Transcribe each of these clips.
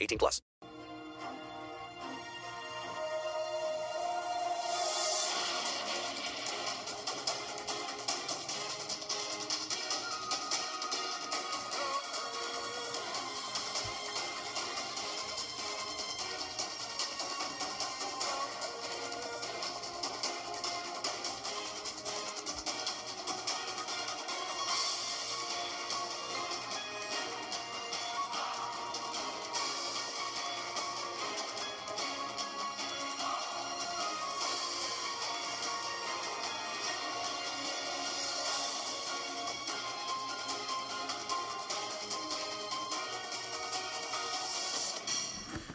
18 plus.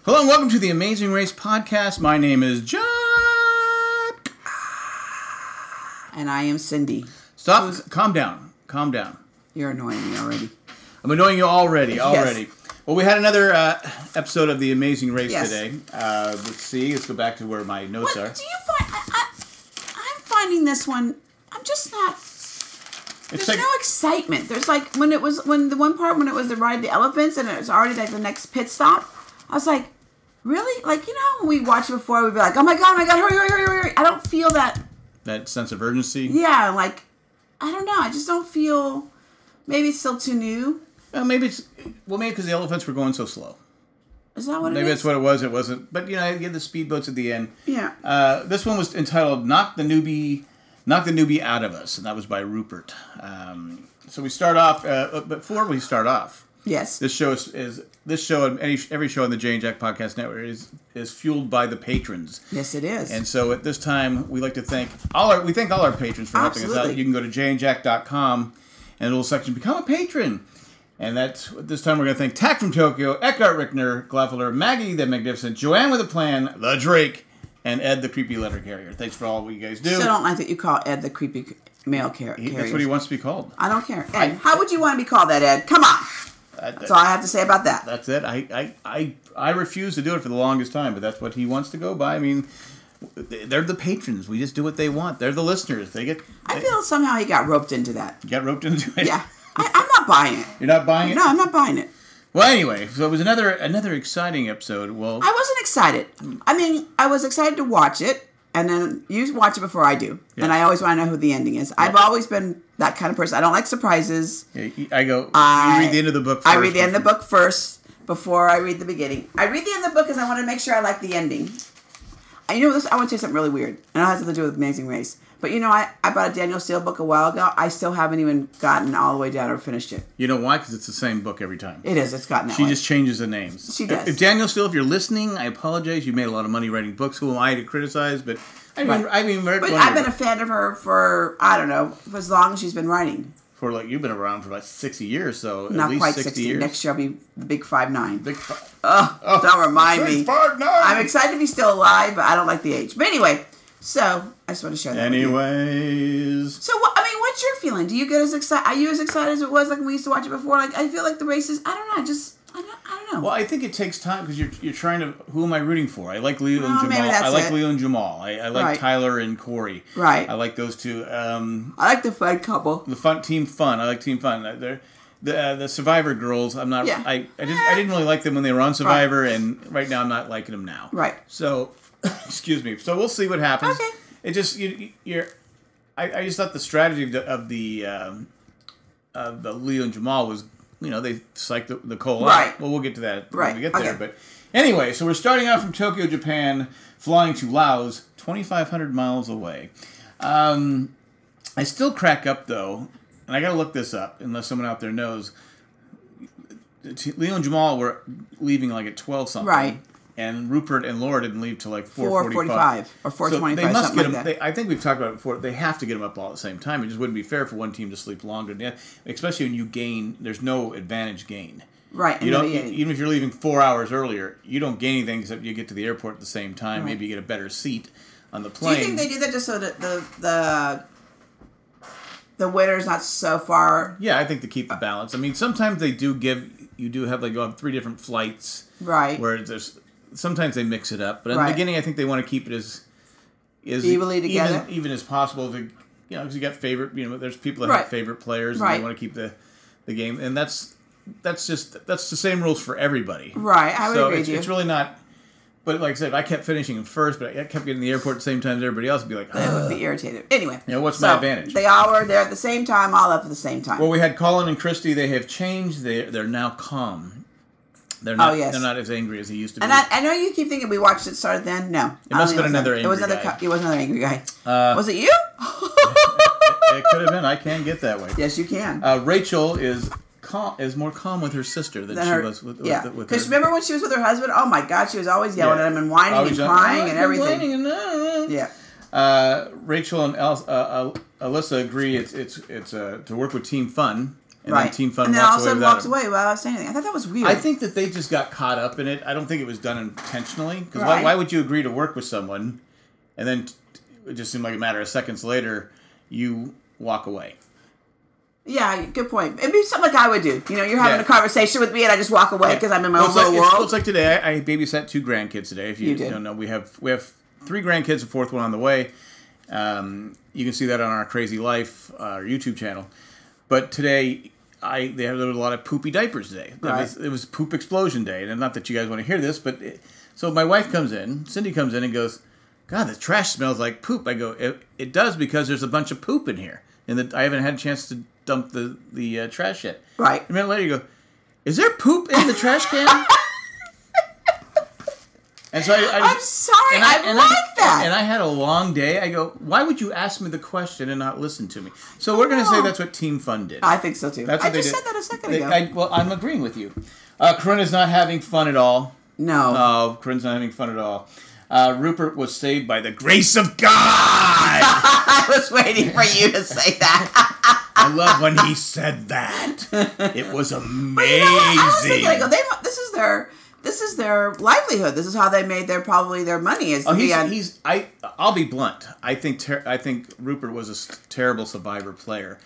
Hello and welcome to the Amazing Race podcast. My name is John. And I am Cindy. Stop. calm down. Calm down. You're annoying me already. I'm annoying you already. Yes. Already. Well, we had another uh, episode of the Amazing Race Yes. today. Uh, let's see. Let's go back to where my notes What are. do you find? I, I, I'm finding this one. I'm just not. It's There's like no excitement. There's like when it was when the one part when it was the ride the elephants and it was already like the next pit stop. I was like, really? Like you know how when we watched it before we'd be like, oh my god, oh my god, hurry, hurry, hurry, hurry, hurry. I don't feel that. that sense of urgency. Yeah, like I don't know. I just don't feel. Maybe it's still too new. Well, Uh, maybe it's well, maybe because the elephants were going so slow. Is that what Maybe it is? that's what it was. It wasn't. But you know, you had the speedboats at the end. Yeah. Uh, this one was entitled "Knock the Newbie, Knock the Newbie Out of Us," and that was by Rupert. Um, so we start off. Uh, but before we start off, yes. this show is, is this show and any, every show on the Jane Jack Podcast Network is is fueled by the patrons. yes, it is. And so at this time, we like to thank all our we thank all our patrons for helping us out. Absolutely. You can go to janejack.com and a little section become a patron. And that's this time we're going to thank Tack from Tokyo, Eckhart Rickner, Glavaler, Maggie the Magnificent, Joanne with a Plan, The Drake, and Ed the Creepy Letter Carrier. Thanks for all what you guys do. Still don't like that you call Ed the creepy male car- He- carrier. that's what he wants to be called. I don't care. Ed, how would you want to be called that, Ed? Come on. That's all I have to say about that. That's it. I, I, I, I refuse to do it for the longest time, but that's what he wants to go by. I mean, they're the patrons. We just do what they want. They're the listeners. They get I feel somehow he got roped into that. get roped into it. Yeah. I, I'm not buying it. You're not buying it. No, I'm not buying it. Well, anyway, so it was another another exciting episode. Well, I wasn't excited. I mean, I was excited to watch it, and then you watch it before I do. And I always want to know who the ending is. I've always been that kind of person. I don't like surprises. I go. I- you read the end of the book. First I read the end of the book first before I read the beginning. I read the end of the book because I want to make sure I like the ending. I, you know, this I want to say something really weird, and it has something to do with Amazing Race. But you know, I, I bought a Daniel Steele book a while ago. I still haven't even gotten all the way down or finished it. You know why? Because it's the same book every time. It is. It's gotten that she way. just changes the names. She does. If, if Daniel Still, if you're listening, I apologize. You made a lot of money writing books. Who am I to criticize? But I mean, Right. I mean, but I've been a fan of her for I don't know for as long as she's been writing. for like you've been around for about sixty years, so at Not least quite sixty sixty. years. Next year I'll be the big five nine. Big f- oh, don't remind me. Big five nine. I'm excited to be still alive, but I don't like the age. But anyway, so I just want to share that. with you. Anyways, So what, I mean, what's your feeling? Do you get as excited? Are you as excited as it was like when we used to watch it before? Like I feel like the races. I don't know. I Just I don't. I don't know. well, I think it takes time because you're you're trying to. Who am I rooting for? I like Leo and Well, maybe Jamal. I that's like it. Leo and Jamal. I, I like Right. Tyler and Corey. Right. I like those two. Um, I like the fun couple. the fun team fun. I like team fun. Uh, They're, the uh, the Survivor girls. I'm not. Yeah. I I didn't, I didn't really like them when they were on Survivor, and right now I'm not liking them now. Right. So, excuse me. So we'll see what happens. Okay. It just you, you- you're. I, I just thought the strategy of the of the, um, of the Leo and Jamal was you know, they psych the, the coal out. Right. Well, we'll get to that when Right, we get okay. there. But anyway, so we're starting out from Tokyo, Japan, flying to Laos, 2,500 miles away. Um, I still crack up, though, and I got to look this up, unless someone out there knows. T- Leo and Jamal were leaving like at 12 something. Right. And Rupert and Laura didn't leave till like 4:45 4:45 or 4:25, So they must something get like them. that. they- I think we've talked about it before. They have to get them up all at the same time. It just wouldn't be fair for one team to sleep longer than the other, especially when you gain. There's no advantage gain. Right, You in the don't e, beginning. even if you're leaving four hours earlier, you don't gain anything except you get to the airport at the same time. Maybe you get a better seat on the Do you plane. think they did that just so that the the the winner's not so far yeah, I think to keep the balance. I mean, sometimes they do give. You do have like you have three different flights. right? where there's sometimes they mix it up, but in Right. the beginning, I think they want to keep it as as Evenly even- together? even, as possible. To, you know, because you got favorite, you know, there's people that Right. have favorite players, and Right. they want to keep the the game, and that's that's just that's the same rules for everybody. Right, I would so agree it's, with you. it's really not. But like I said, if I kept finishing in first, but I kept getting to the airport at the same time as everybody else. I'd be like, It "Ugh." would be irritated. Anyway. Yeah, what's my advantage? They all were there at the same time, all up at the same time. well, we had Colin and Christy. They have changed. They they're now calm. They're Oh, not. yes. They're not as angry as they used to and be. I, I know you keep thinking we watched it started then. No. It must have been another It was angry another guy. Uh, co- it was another angry guy. was it you? it could have been. I can get that way. yes, you can. Uh, Rachel is calm, is more calm with her sister than, Then she her- was with, with, yeah. with her. Because remember when she was with her husband? Oh my God, she was always yelling Yeah. at him and whining Always and yelling, crying "Oh, and I'm everything. complaining and blah, blah, blah." Yeah. Uh, Rachel and El- uh, uh, Alyssa agree it's it's it's uh, to work with Team Fun, and right. then Team Fun and then all walks of away a sudden without walks him. away without saying anything. I thought that was weird. I think that they just got caught up in it. I don't think it was done intentionally. Because why, Right. why would you agree to work with someone, and then t- it just seemed like a matter of seconds later you walk away. Yeah, good point. It'd be something like I would do. You know, you're having Yeah. a conversation with me and I just walk away because I'm in my Well, own it's like- little it's- world. It's like today. I, I babysat two grandkids today. If you, You did. don't know, we have we have three grandkids, a fourth one on the way. Um, you can see that on our Crazy Life, uh, our YouTube channel. But today, I they had a lot of poopy diapers today. It, Right. was, it was poop explosion day, and not that you guys want to hear this, but it, so my wife comes in, Cindy comes in and goes, "God, the trash smells like poop." I go, "It, it does because there's a bunch of poop in here, and that I haven't had a chance to dump the the uh, trash yet." Right. A minute later, you go, "Is there poop in the trash can?" and so I, I I'm sorry, I like that. And I had a long day. I go, "Why would you ask me the question and not listen to me?" So we're going to say know. that's what Team Fun did. I think so too. That's I what they just did. said that a second They- ago. I, well, I'm agreeing with you. Uh, Corinna's not having fun at all. no. Oh, Corinne's not having fun at all. Uh, Rupert was saved by the grace of God. I was waiting for you to say that. I love when he said that. It was you know what? I was amazing. thinking, I go, they, mu- this is their this is their livelihood. This is how they made their probably their money is Oh, to be he's, on- he's I I'll be blunt. I think ter- I think Rupert was a s- terrible survivor player.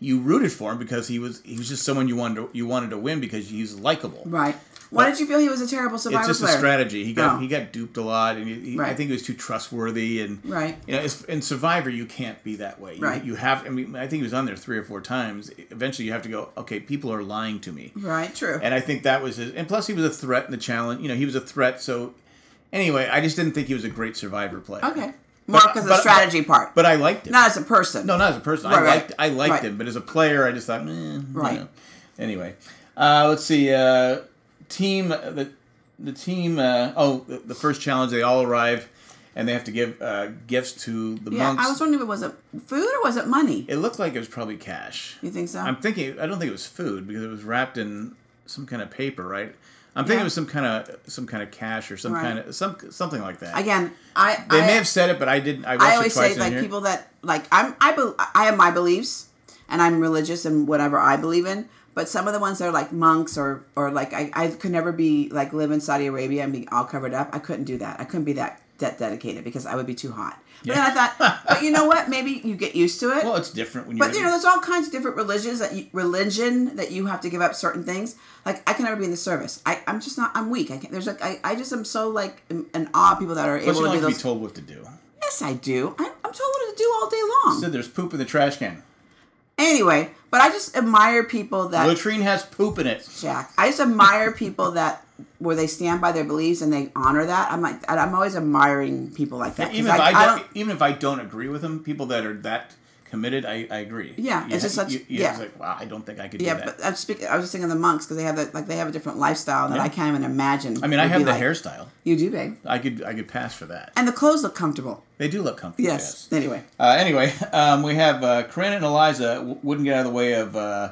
You rooted for him because he was he was just someone you wanted to, you wanted to win because he's likable. right. Why did you feel he was a terrible survivor Oh. It's just player? a strategy. He got No. he got duped a lot, and he, he- I Right. think he was too trustworthy. And Right. you know, it's, in Survivor, you can't be that way. You, Right. you have. I mean, I think he was on there three or four times. Eventually, you have to go. Okay, people are lying to me. Right. True. And I think that was his. And plus, he was a threat in the challenge. You know, he was a threat. So, anyway, I just didn't think he was a great survivor player. okay. More because of the strategy part, But I liked him. not as a person. no, not as a person. Right, I right. liked. I liked Right. him, but as a player, I just thought, eh, Right. You know. Anyway, uh, let's see. Uh, team the the team. Uh, oh, the, the first challenge. They all arrive, and they have to give uh, gifts to the Yeah, monks. I was wondering, if it was it food or was it money? it looked like it was probably cash. you think so? I'm thinking. I don't think it was food because it was wrapped in some kind of paper, right? I'm thinking Yeah. it was some kind of some kind of cash or some Right. kind of some something like that. Again, I they I, may have said it, but I didn't. I, watched I it always twice say in like here. people that like I'm I be, I have my beliefs and I'm religious and whatever I believe in. But some of the ones that are like monks or or like I, I could never be like live in Saudi Arabia and be all covered up. I couldn't do that. I couldn't be that that dedicated because I would be too hot. But then I thought, but you know what? Maybe you get used to it. Well, it's different when you're. But you know, there's all kinds of different religions that you, religion that you have to give up certain things. Like I can never be in the service. I I'm just not. I'm weak. I can't. There's like I, I just am so like in, in awe of people that are Plus, able you to don't do like to be those. told what to do. yes, I do. I, I'm told what to do all day long. So there's poop in the trash can. anyway, but I just admire people that Latrine has poop in it. Jack. I just admire people that where they stand by their beliefs and they honor that. I'm like I'm always admiring people like that. 'cause Even if I, don't, don't- even if I don't agree with them, people that are that committed. I, I agree. Yeah, You- it's just such- you- you- yeah. It's like wow, I don't think I could do Yeah, that. but I'm speak- I was just thinking of the monks because they have that like they have a different lifestyle that I can't even imagine. I mean, I would have be the like. hairstyle. You do, babe. I could I could pass for that. And the clothes look comfortable. They do look comfortable. Yes. Anyway, Uh, anyway, um, we have uh, Corinne and Eliza w- wouldn't get out of the way of. Uh,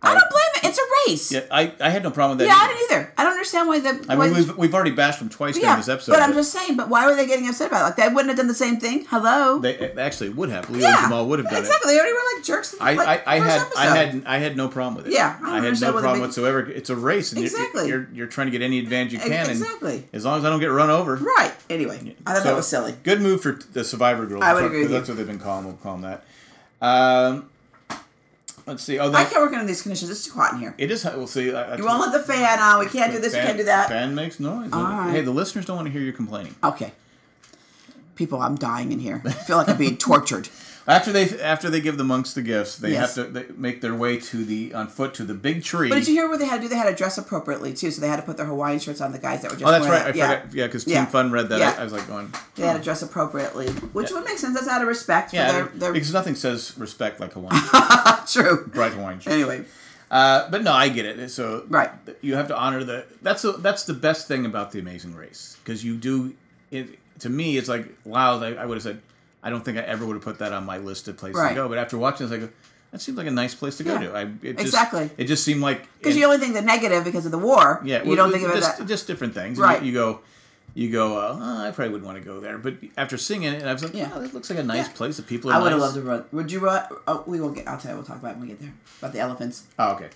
I don't blame it. It's a race. yeah, I, I had no problem with Yeah, that. I didn't either. I don't understand why the. I why mean, we've, we've already bashed them twice yeah, during this episode. but I'm just saying. But why were they getting upset about it? Like they wouldn't have done the same thing. Hello. They they actually would have. Leo yeah, and Jamal would have done exactly. it. They already were like jerks. in the, I, like, I, I first had I episode. had I had no problem with it. Yeah, I don't I, had no understand why they problem make- whatsoever. It's a race, and you're- Exactly. you're, you're you're trying to get any advantage you E- can. and exactly. as long as I don't get run over, Right. Anyway, I thought So, that was silly. Good move for the Survivor girls. I would That's agree what- with you. That's what they've been calling. We'll call them that. Um, let's see. Oh, I that, can't work under these conditions. It's too hot in here. it is. We'll see. I- I- You won't let the fan on. We can't do this. We Fan- can't do that. Fan makes noise. right. Hey, the listeners don't want to hear you complaining. Okay. People, I'm dying in here. I feel like I'm being tortured. After they after they give the monks the gifts, they Yes. have to they make their way to the on foot to the big tree. But did you hear what they had to do? They had to dress appropriately too, so they had to put their Hawaiian shirts on. The guys that were just Oh, that's wearing right. I it. yeah. forgot. Yeah, because Yeah. Team Fun read that. Yeah. I, I was like going. They had to dress appropriately, which would make sense. That's out of respect for Yeah, their, their because nothing says respect like Hawaiian, true. bright Hawaiian shirt. Anyway, Uh, but no, I get it. So Right. you have to honor the. That's the that's the best thing about the Amazing Race because you do. It, to me, it's like wow. I, I would have said, I don't think I ever would have put that on my list of places to Right. go. But after watching this, I go, that seems like a nice place to go Yeah. to. I it just, Exactly. It just seemed like because it- you only think the negative because of the war. yeah. you well, don't think about just, that. Just different things. And Right. You, you go. You go. Uh, oh, I probably wouldn't want to go there, but after seeing it, and I was like, yeah, Yeah. oh, it looks like a nice Yeah. place. The people are. I would have nice." loved to run. Would you run? Oh, we won't get. I'll tell you. We'll talk about it when we get there about the elephants. Oh, okay.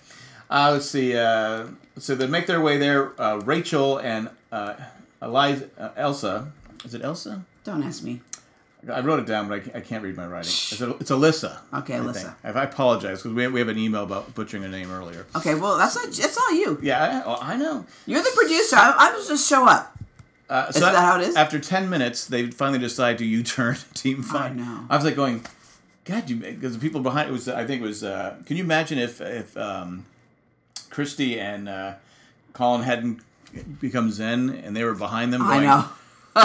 Uh, let's see. Uh, so they make their way there. Uh, Rachel and uh, Eliza, uh, Elsa. Is it Elsa? Don't ask me. I wrote it down, but I can't, I can't read my writing. Is it, it's Alyssa. Okay, I think. Alyssa. I, I apologize because we, we have an email about butchering a name earlier. Okay, well that's not. That's all you. Yeah, I, oh, I know. You're the producer. I'm, I'm just just show up. Uh, so Is that how it is? After ten minutes, they finally decide to U-turn Team Fun. know. I was like going, God, you because the people behind it was I think it was. Uh, can you imagine if if um, Christy and uh, Colin hadn't become Zen and they were behind them? I Going, know.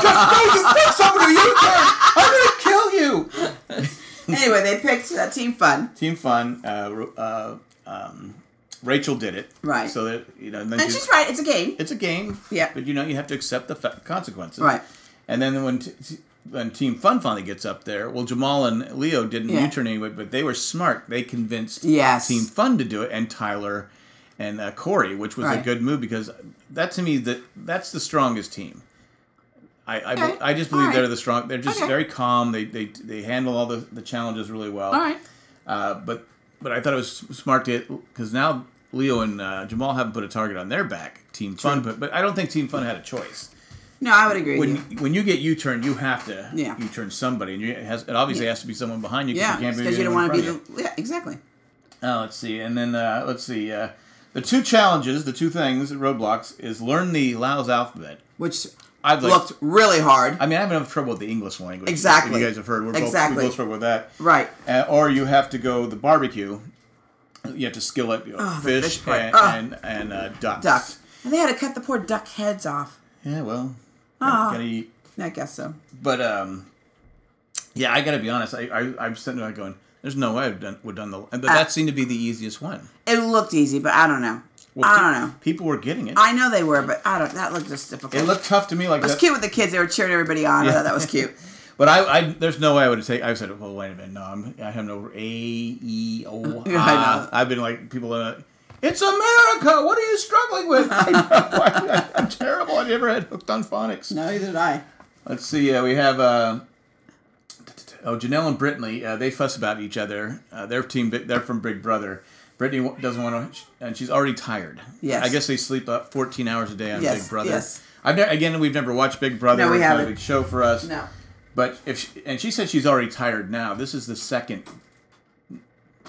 Somebody U-turn! I'm gonna kill you. anyway, they picked uh, Team Fun, Team Fun. Uh, Ro- uh, um, Rachel did it. Right. So that you know, and then and she- she's right. It's a game. It's a game. Yeah. But you know, you have to accept the fa- consequences. Right. And then when t- t- when Team Fun finally gets up there, well, Jamal and Leo didn't Yeah. U-turn anyway, but they were smart. They convinced Yes. Team Fun to do it, and Tyler and uh, Corey, which was a Right. good move because that to me that that's the strongest team. I, I, Okay. I just believe All right. they're the strong. They're just Okay. very calm. They, they they handle all the, the challenges really well. all right. Uh, but but I thought it was smart to because now Leo and uh, Jamal haven't put a target on their back. Team Fun, but but I don't think Team Fun had a choice. No, I would agree with When you. when you get U turn, you have to Yeah. U turn somebody, and you, it has it obviously has to be someone behind you. 'cause Yeah, you can't because you don't anyone want in to be front of the. Yeah, exactly. you. Uh, let's see, and then uh, let's see. Uh, the two challenges, the two things, roadblocks, is learn the Laos alphabet. Which I've like, looked really hard. I mean, I have enough trouble with the English language. Exactly. You guys have heard. We're both, Exactly. we both struggle with that. Right. Uh, or you have to go the barbecue. You have to skill up you know, Oh, the fish, fish part. Ah. and, Ugh. and, and uh, ducks. duck. And they had to cut the poor duck heads off. Yeah, well, Ah. gotta, gotta eat. I guess so. But um, yeah, I gotta be honest. I, I I'm sitting there going, "There's no way I've done would done the." But Uh, that seemed to be the easiest one. It looked easy, but I don't know. I pe- don't know. People were getting it. I know they were, but I don't. That looked just difficult. it looked tough to me. Like It was that- cute with the kids. They were cheering everybody on. I thought that was cute. But I, I, there's no way I would have taken. I said, "Well, wait a minute, no, I'm, I have no A E O Yeah, I I." know. I've been like, people are like, "It's America. What are you struggling with?" I know. I, am terrible. I never had hooked on phonics. No, neither did I. Let's see. Uh, we have uh, oh Janelle and Brittany. Uh, they fuss about each other. Uh, their team. They're from Big Brother. Brittany wa- doesn't want to, and she's already tired. Yes. I guess they sleep up 14 hours a day on Yes, Big Brother. yes. I've never, again, we've never watched Big Brother. No, we It's not a haven't. big show for us. No. But if she, and she said she's already tired now. This is the second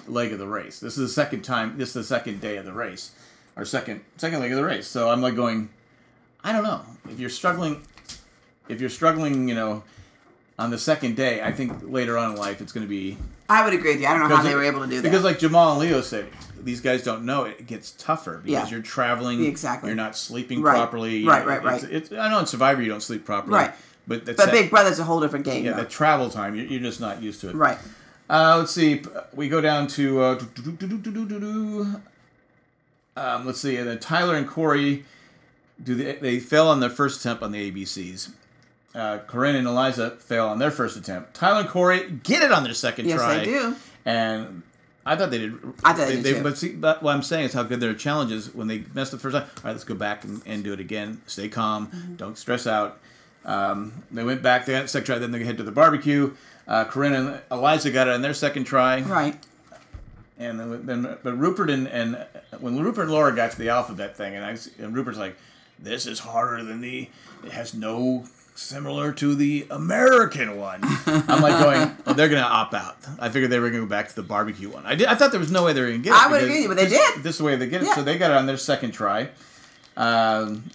leg of the race. This is the second time. This is the second day of the race, or second second leg of the race. So I'm like going, I don't know if you're struggling. If you're struggling, you know, on the second day, I think later on in life it's going to be I would agree with you. I don't know how because they it- were able to do that. Because, like Jamal and Leo said, these guys don't know it gets tougher because Yeah. you're traveling. Exactly. You're not sleeping Right. properly. Right, right, It's- right. it's- I know in Survivor you don't sleep properly. Right. But that's but that- Big Brother's a whole different game. yeah, though. the travel time, you're, you're just not used to it. right. Uh, let's see. We go down to uh, do- do- do- do- do- do- do. um, let's see. And then Tyler and Corey do the, they fail on their first attempt on the ABCs. Uh, Corinne and Eliza fail on their first attempt. Tyler and Corey get it on their second Yes, try. they do. And I thought they did. I thought they did too. But see, but what I'm saying is how good their challenge is when they mess the first time. All right, let's go back and, and do it again. Stay calm. Mm-hmm. Don't stress out. Um, they went back. They got a second try. Then they head to the barbecue. Uh, Corinne and Eliza got it on their second try. Right. And then, then but Rupert and, and when Rupert and Laura got to the alphabet thing, and I s- and Rupert's like, "This is harder than the. It has no similar to the American one." I'm like going, "Oh, they're gonna opt out." I figured they were gonna go back to the barbecue one. I did. I thought there was no way they were gonna get it. I would because agree, but they this- did. This is the way they get it. Yeah. So they got it on their second try, um,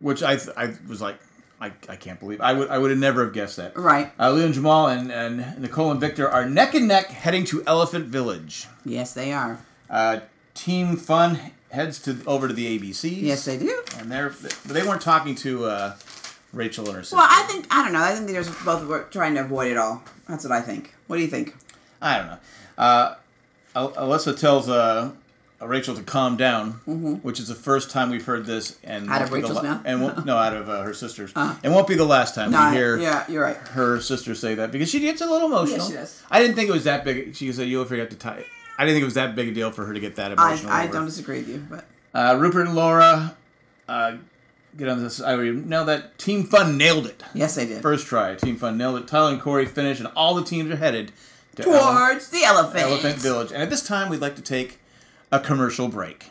which I th- I was like. I, I can't believe I would I would have never have guessed that. Right. Uh, Leon Jamal and, and Nicole and Victor are neck and neck heading to Elephant Village. Yes, they are. Uh, Team Fun heads to over to the ABCs. Yes, they do. And they're but they weren't talking to uh, Rachel and her sister. Well, I think I don't know. I think they just both were trying to avoid it all. That's what I think. What do you think? I don't know. Uh, Al- Alyssa tells uh, Rachel to calm down, which is the first time we've heard this, and Mm-hmm. Out of won't be the Rachel's la- mouth? and won't, no, out of uh, her sister's, and won't be the last time No, I- we hear. yeah, you're right. Her sister say that because she gets a little emotional. she does. I didn't think it was that big. She said you'll forget to tie. I didn't think it was that big a deal for her to get that I, emotional. I over. don't disagree with you, but Uh, Rupert and Laura uh, get on this. I already know that Team Fun nailed it. yes, they did. First try, Team Fun nailed it. Tyler and Corey finish, and all the teams are headed to Ele- Towards the elephant. Elephant Village. And at this time, we'd like to take a commercial break.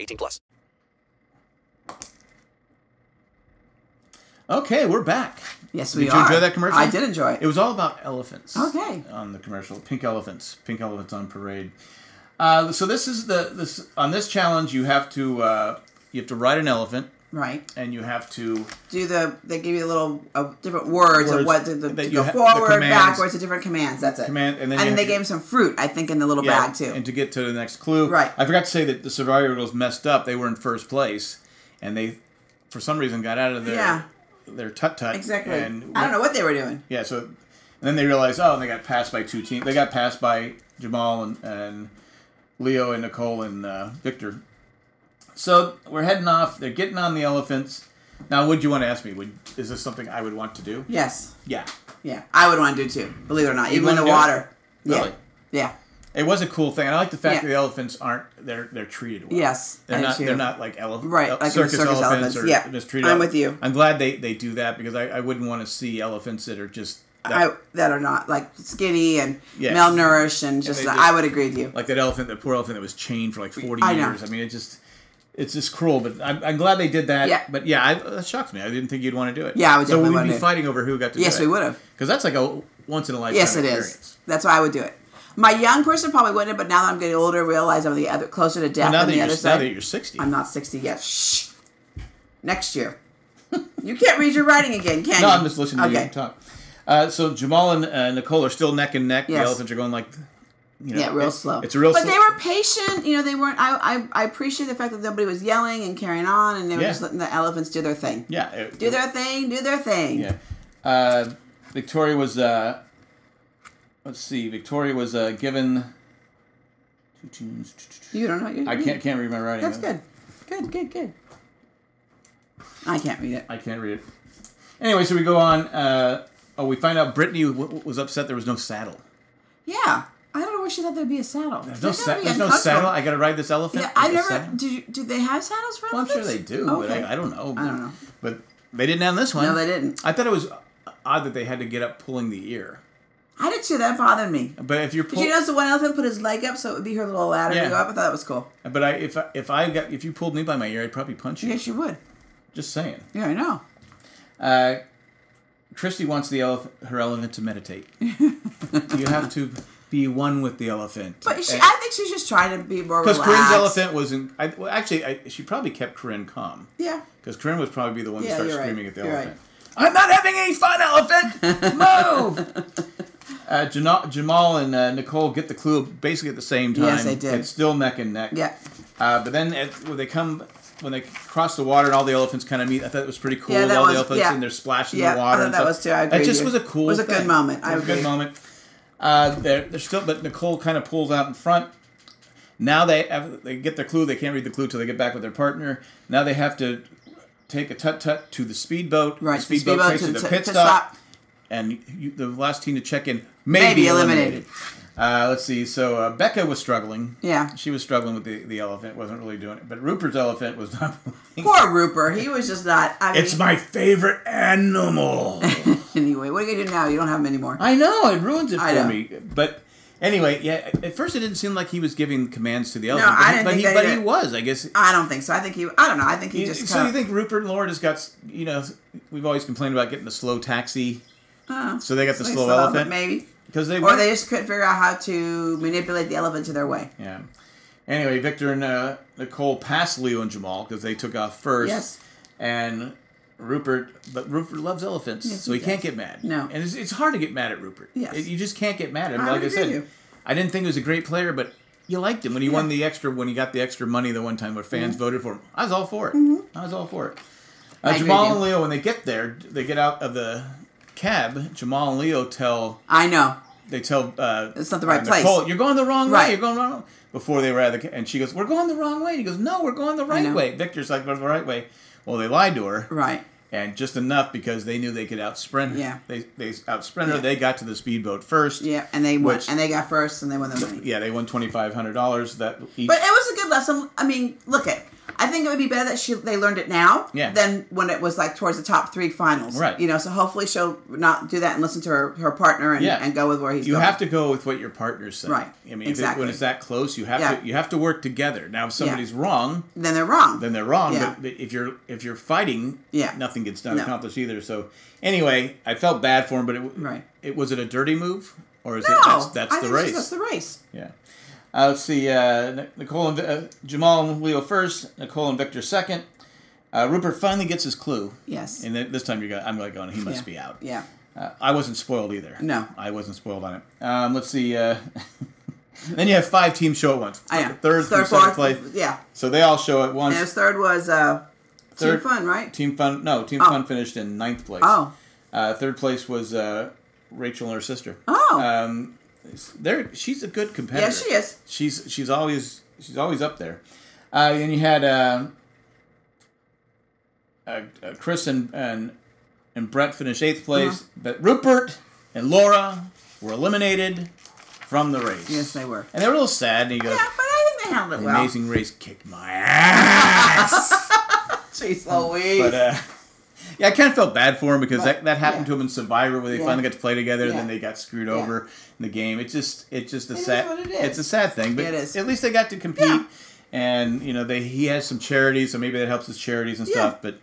18 plus. Okay, we're back. Yes, we Did you are. enjoy that commercial? I did enjoy it. It was all about elephants. Okay. On the commercial, pink elephants, pink elephants on parade. Uh, so this is the this on this challenge you have to uh, you have to ride an elephant right. and you have to Do the they give you a little uh, different words, Words of what to, the, that to you go ha- the forward, commands. backwards, the different commands. That's it. Command- and then you have they to- gave him some fruit, I think, in the little bag too. And to get to the next clue, Right. I forgot to say that the Survivor Girls messed up. They were in first place, and they, for some reason, got out of their Yeah. their tut tut. exactly. And I don't know what they were doing. Yeah. So, and then they realized, oh, and they got passed by two teams. They got passed by Jamal and, and Leo and Nicole and uh, Victor. So we're heading off. They're getting on the elephants. Now, would you want to ask me? Would is this something I would want to do? Yes. Yeah. Yeah. I would want to do too. Believe it or not, even in wanna the do it? water. Yeah. Really? Yeah. It was a cool thing. I like the fact Yeah. that the elephants aren't they're they're treated well. Yes, they're I do not too. they're not like elephants, Right, like in the circus elephants, or yeah. mistreated. I'm with you. I'm glad they they do that because I, I wouldn't want to see elephants that are just that, I, that are not like skinny and Yeah. malnourished and just, they I just- would agree with you. like that elephant, that poor elephant that was chained for like 40 I know. years. I mean, it just it's just cruel. But I'm, I'm glad they did that. Yeah. But yeah, I, that shocks me. I didn't think you'd want to do it. Yeah, I would so definitely we'd wanna be do it. fighting over who got to. Yes, do it. we would've. Because that's like a once in a lifetime. yes, it is. experience. That's why I would do it. My young person probably wouldn't, but now that I'm getting older, I realize I'm the other closer to death Now that, than the you're, other now side. that you're 60, I'm not 60 yet. Shh. Next year. you can't read your writing again, can No, you? I'm just listening to you talk. Uh, so Jamal and uh, Nicole are still neck and neck. The Yes. elephants are going like, you know, Yeah, real it- slow. It's a real. But slow. they were patient. You know, they weren't. I, I I appreciate the fact that nobody was yelling and carrying on, and they were Yeah. just letting the elephants do their thing. Yeah. It, Do their thing. Do their thing. Yeah. Uh, Victoria was. Uh, let's see. Victoria was uh, given. You don't know. What you're I can't can't read my writing. That's good. Good. Good. Good. I can't read it. I can't read it. Anyway, so we go on. Uh, oh, we find out Brittany w- w- was upset there was no saddle. Yeah. I don't know where she thought there'd be a saddle. There's no, sa- saddle. there's no saddle. I got to ride this elephant. Yeah, I with a never. saddle? Do you, do they have saddles for Well, I'm elephants? sure they do, but Okay. I, I don't know. I don't know. But they didn't on this one. No, they didn't. I thought it was odd that they had to get up pulling the ear. I did too. That bothered me. But if you're Did pull- you notice the one elephant put his leg up so it would be her little ladder Yeah. to go up? I thought that was cool. but I if I, if I got if you pulled me by my ear, I'd probably punch you. Yes, you would. Just saying. Yeah, I know. Uh, Christy wants the elef- her elephant to meditate. you have to be one with the elephant. But she, And- I think she's just trying to be more because relaxed. Corinne's elephant was in. I, well, actually, I, she probably kept Corinne calm. Yeah. Because Corinne would probably be the one Yeah, to start you're right. screaming at the You're elephant. I'm not having any fun, elephant! Move! uh, Jana- Jamal and uh, Nicole get the clue basically at the same time. Yes, they did. It's still neck and neck. Yeah. Uh, but then at, when they come, when they cross the water and all the elephants kind of meet, I thought it was pretty cool. Yeah, that all was- the elephants yeah. and they're splashing in Yeah, I the water. thought and that stuff. was too. I agree That just with was you. a cool. It was a good thing. moment. It I was a good agree. moment. Uh, they're, they're still, but Nicole kind of pulls out in front. Now they have, they get their clue. They can't read the clue till they get back with their partner. Now they have to take a tut tut to the speedboat. the Right, the speedboat, speedboat takes to to the the t- pit pit stop, stop. and you, the last team to check in may, be eliminated. Uh, let's see. So uh, Becca was struggling. Yeah. she was struggling with the, the elephant. wasn't really doing it. But Rupert's elephant was not. Poor Rupert. He was just not. I mean, it's my favorite animal. anyway. What are you gonna do now? You don't have him anymore. I know it ruins it I for know. me. But anyway, yeah. At first, it didn't seem like he was giving commands to the I elephant. but he- didn't but think he, that but either. he was. I guess I don't think so. I think he. I don't know. I think he You- just. so kinda- you think Rupert and Laura just got s- you know we've always complained about getting the slow taxi, so they got the Like slow, Uh, slow elephant maybe, because they or they just couldn't figure out how to manipulate the elephant to their way. yeah. Anyway, Victor and uh, Nicole passed Leo and Jamal because they took off first. Yes. And Rupert, but Rupert loves elephants, Yes, so he, he can't does. get mad. No. and it's, it's hard to get mad at Rupert. Yes. It- you just can't get mad at him. I like would I agree said, with you. I didn't think he was a great player, but you liked him when he won the extra when he got the extra money the one time where fans voted for him. I was all for it. I was all for it. Uh, Mm-hmm. agree Jamal with you. and Leo, when they get there, they get out of the cab. Jamal and Leo tell I know. they tell uh, It's not the right uh, place. Nicole, you're going the wrong way. Right. You're going the wrong. way." Before they were out of the, ca- and she goes, "We're going the wrong way." And he goes, "No, we're going the right know. way." Victor's like, "We're the right way." Well, they lied to her, Right. and just enough because they knew they could out sprint her. Yeah. they they out sprint her. Yeah. They got to the speedboat first. Yeah, and they won, Which- and they got first, and they won the money. yeah, they won twenty five hundred dollars. That each, But it was a good lesson. I mean, look at. I think it would be better that she they learned it now Yeah. than when it was like towards the top three finals. Right. You know, so hopefully she'll not do that and listen to her, her partner and, yeah, and go with where he's You going. have to go with what your partner's saying. Right. I mean, if it, Exactly. when it's that close, you have Yeah. to you have to work together. Now, if somebody's wrong, Then they're wrong. then they're wrong. Yeah. But if you're if you're fighting, Yeah. nothing gets done No. accomplished either. So anyway, I felt bad for him, but it Right. it was it a dirty move or is no, it that's, that's I the think it's race? That's the race. yeah. Uh, let's see. Uh, Nic- Nicole and uh, Jamal and Leo first. Nicole and Victor second. Uh, Rupert finally gets his clue. Yes. And then, this time you're going. I'm like going. He must yeah. be out. Yeah. Uh, I wasn't spoiled either. No. I wasn't spoiled on it. Um, let's see. Uh, then you have five teams show at once. I am. Third, through Third, second fourth, place. Yeah. So they all show at once. And his third was uh, Third- Team Fun, right? Team Fun, no, Team Fun finished in ninth place. Oh. Uh, third place was uh, Rachel and her sister. Oh. Um, there, she's a good competitor. Yeah, she is. She's she's always she's always up there. Uh, and you had uh, uh, uh, Chris and, and and Brett finished eighth Uh-huh. place, but Rupert and Laura were eliminated from the race. Yes, they were. And they were a little sad. And he goes, Yeah, but I think they handled it well. "Amazing race, kicked my ass." Jeez Louise. But uh, yeah, I kind of felt bad for him because that, that happened yeah. to him in Survivor where they Yeah. finally got to play together, Yeah. then they got screwed over in the game. It's just it's just a is sad what it is. it's a sad thing, but It is. at least they got to compete. And you know they he has some charities, so maybe that helps his charities and Yeah. stuff. But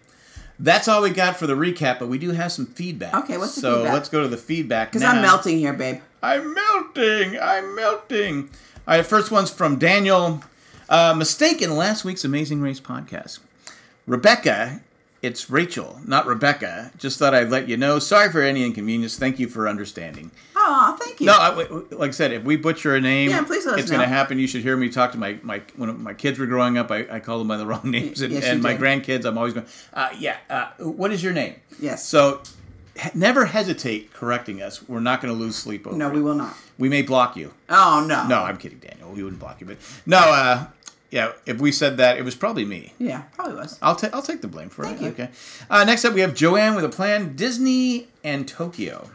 that's all we got for the recap. But we do have some feedback. Okay, what's the so feedback? let's go to the feedback Because now. I'm melting here, babe. I'm melting. I'm melting. All right, first one's from Daniel. Uh, mistake in last week's Amazing Race podcast. Rebecca, it's Rachel, not Rebecca. Just thought I'd let you know. Sorry for any inconvenience. Thank you for understanding. Oh, thank you. No, I, like I said, if we butcher a name, Yeah, please let us it's going to know. happen. You should hear me talk to my, my when my kids were growing up. I, I called them by the wrong names, and, yes, you and my did. grandkids. I'm always going, uh, yeah. Uh, what is your name? Yes. So he- never hesitate correcting us. We're not going to lose sleep over. no, it. we will not. We may block you. Oh, no. No, I'm kidding, Daniel. We wouldn't block you, but no. Uh, yeah, if we said that, it was probably me. Yeah, probably was. I'll take I'll take the blame for it. Thank you. Okay. Uh, next up, we have Joanne with a plan: Disney and Tokyo.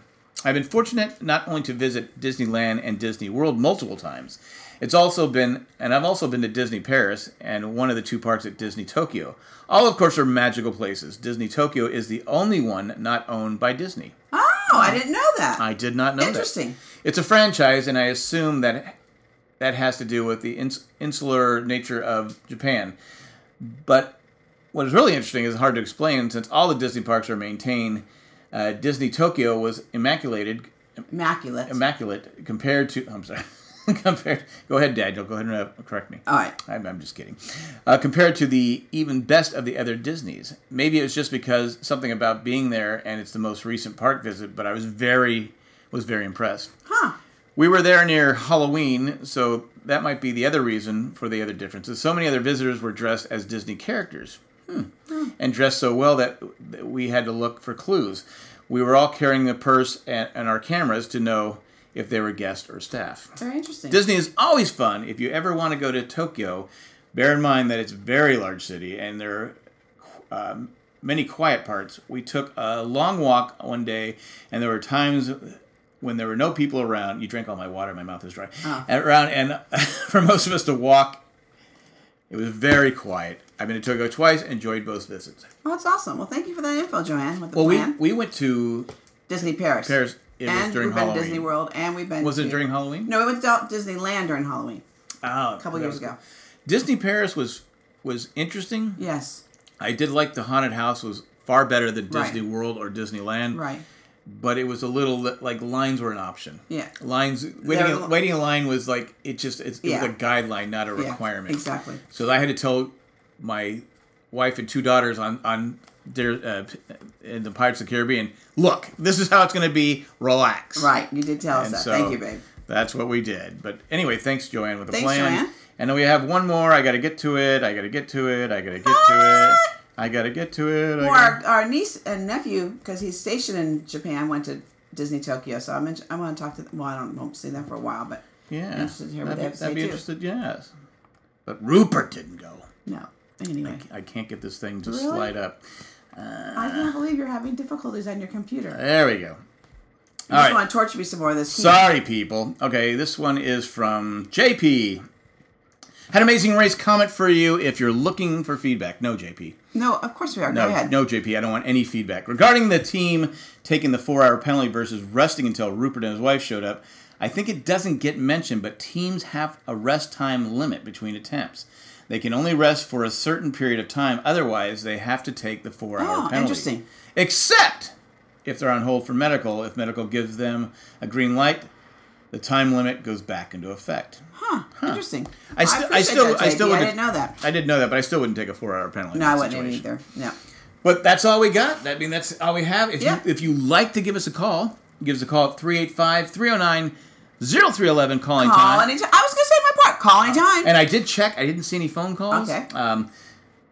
I've been fortunate not only to visit Disneyland and Disney World multiple times. It's also been, and I've also been to Disney Paris and one of the two parks at Disney Tokyo. All, of course, are magical places. Disney Tokyo is the only one not owned by Disney. Oh, I didn't know that. I did not know that. Interesting. It's a franchise, and I assume that that has to do with the ins- insular nature of Japan. But what is really interesting is hard to explain since all the Disney parks are maintained. Uh, Disney Tokyo was immaculated Immaculate. immaculate compared to. I'm sorry. compared. Go ahead, Daniel. Go ahead and uh, correct me. All right. I'm, I'm just kidding. Uh, compared to the even best of the other Disneys, maybe it was just because something about being there, and it's the most recent park visit. But I was very was very impressed. huh. We were there near Halloween, so that might be the other reason for the other differences. So many other visitors were dressed as Disney characters, hmm. and dressed so well that that we had to look for clues. We were all carrying the purse and, and our cameras to know if they were guests or staff. Very interesting. Disney is always fun. If you ever want to go to Tokyo, bear in mind that it's a very large city and there are um, many quiet parts. We took a long walk one day, and there were times when there were no people around. You drank all my water; my mouth is dry. Oh. And around, and for most of us to walk, it was very quiet. I've been to Tokyo twice. Enjoyed both visits. well, that's awesome. Well, thank you for that info, Joanne. With the Well, we plan. we went to Disney Paris. Paris. It was and during we've Halloween. been to Disney World, and we've been. Was it to- during Halloween? No, we went to Disneyland during Halloween Oh, a couple years ago. Disney Paris was was interesting. Yes, I did like the haunted house was far better than Right. Disney World or Disneyland. right. but it was a little like lines were an option. Yeah. lines waiting They're- waiting in line was like it just it's, it Yeah. was a guideline, not a Yeah, requirement. exactly. So I had to tell my wife and two daughters on on their uh, in the Pirates of the Caribbean, look, this is how it's going to be. Relax. Right, you did tell us And that. so Thank you, babe. That's what we did. But anyway, thanks, Joanne, with the Thanks, plan. Joanne. And then we have one more. I got to get to it. I got to get to it. I got to get to it. I got to get to it. I Well, gotta- our, our niece and nephew, because he's stationed in Japan, went to Disney Tokyo. So I'm in, I want to talk to. Them. Well, I don't won't see them for a while, but Yeah. interested to hear That'd what be- they have to that'd say be too. interested, yes. But Rupert didn't go. no. Anyway, I can't get this thing to Really? slide up. I can't believe you're having difficulties on your computer. You There we go. All just right. want to torture me some more of this. heat. Sorry, people. Okay, this one is from JP. Had amazing race comment for you if you're looking for feedback. No, JP. No, of course we are. Go No, ahead. no, JP. I don't want any feedback regarding the team taking the four-hour penalty versus resting until Rupert and his wife showed up. I think it doesn't get mentioned, but teams have a rest time limit between attempts. They can only rest for a certain period of time; otherwise, they have to take the four-hour Oh, penalty. interesting. Except if they're on hold for medical. If medical gives them a green light, the time limit goes back into effect. Huh, Interesting. I, I, still, I, appreciate still, that, I JP. still, wouldn't- didn't know that. I didn't know that, but I still wouldn't take a four-hour penalty. No, in I that wouldn't have situation. either. No. But that's all we got. That- I mean, that's all we have. If, Yeah. you, if you like to give us a call, give us a call at 385 309 0311 calling Call time. anytime. I was going to say my part. Call anytime. Uh, And I did check, I didn't see any phone calls. Okay. Um,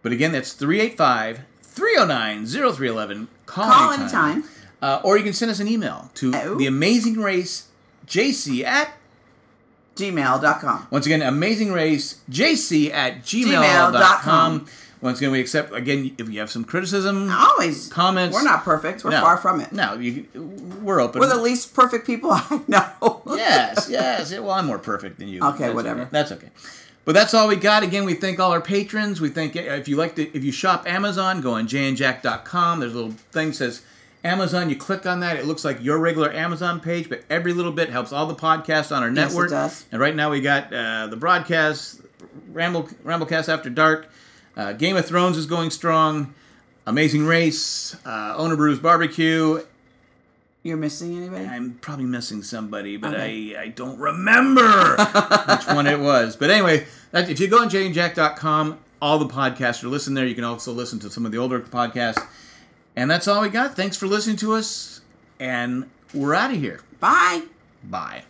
but again, that's 385 309 0311 call, Call anytime. Uh, or you can send us an email to Oh. the amazing race JC at Gmail.com. Once again, AmazingRaceJC at gmail.com. gmail.com. Once again, we accept, again, if you have some criticism, Always. comments. We're not perfect. Oh, We're No. far from it. No, you, we're open. We're the least perfect people I know. yes, yes. Well, I'm more perfect than you. Okay, That's whatever. That's okay. But that's all we got. Again, we thank all our patrons. We thank if you like to if you shop Amazon, go on jandjack.com. There's a little thing that says Amazon. You click on that. It looks like your regular Amazon page, but every little bit helps all the podcasts on our Yes, it network. does. And right now we got uh, the broadcast, Ramble Ramblecast After Dark, uh, Game of Thrones is going strong, Amazing Race, uh, Owner Brews Barbecue, You're missing anybody? I'm probably missing somebody, but Okay. I, I don't remember which one it was. But anyway, that, if you go on jayandjack.com, all the podcasts are listed there. You can also listen to some of the older podcasts. And that's all we got. Thanks for listening to us, and we're out of here. Bye. Bye.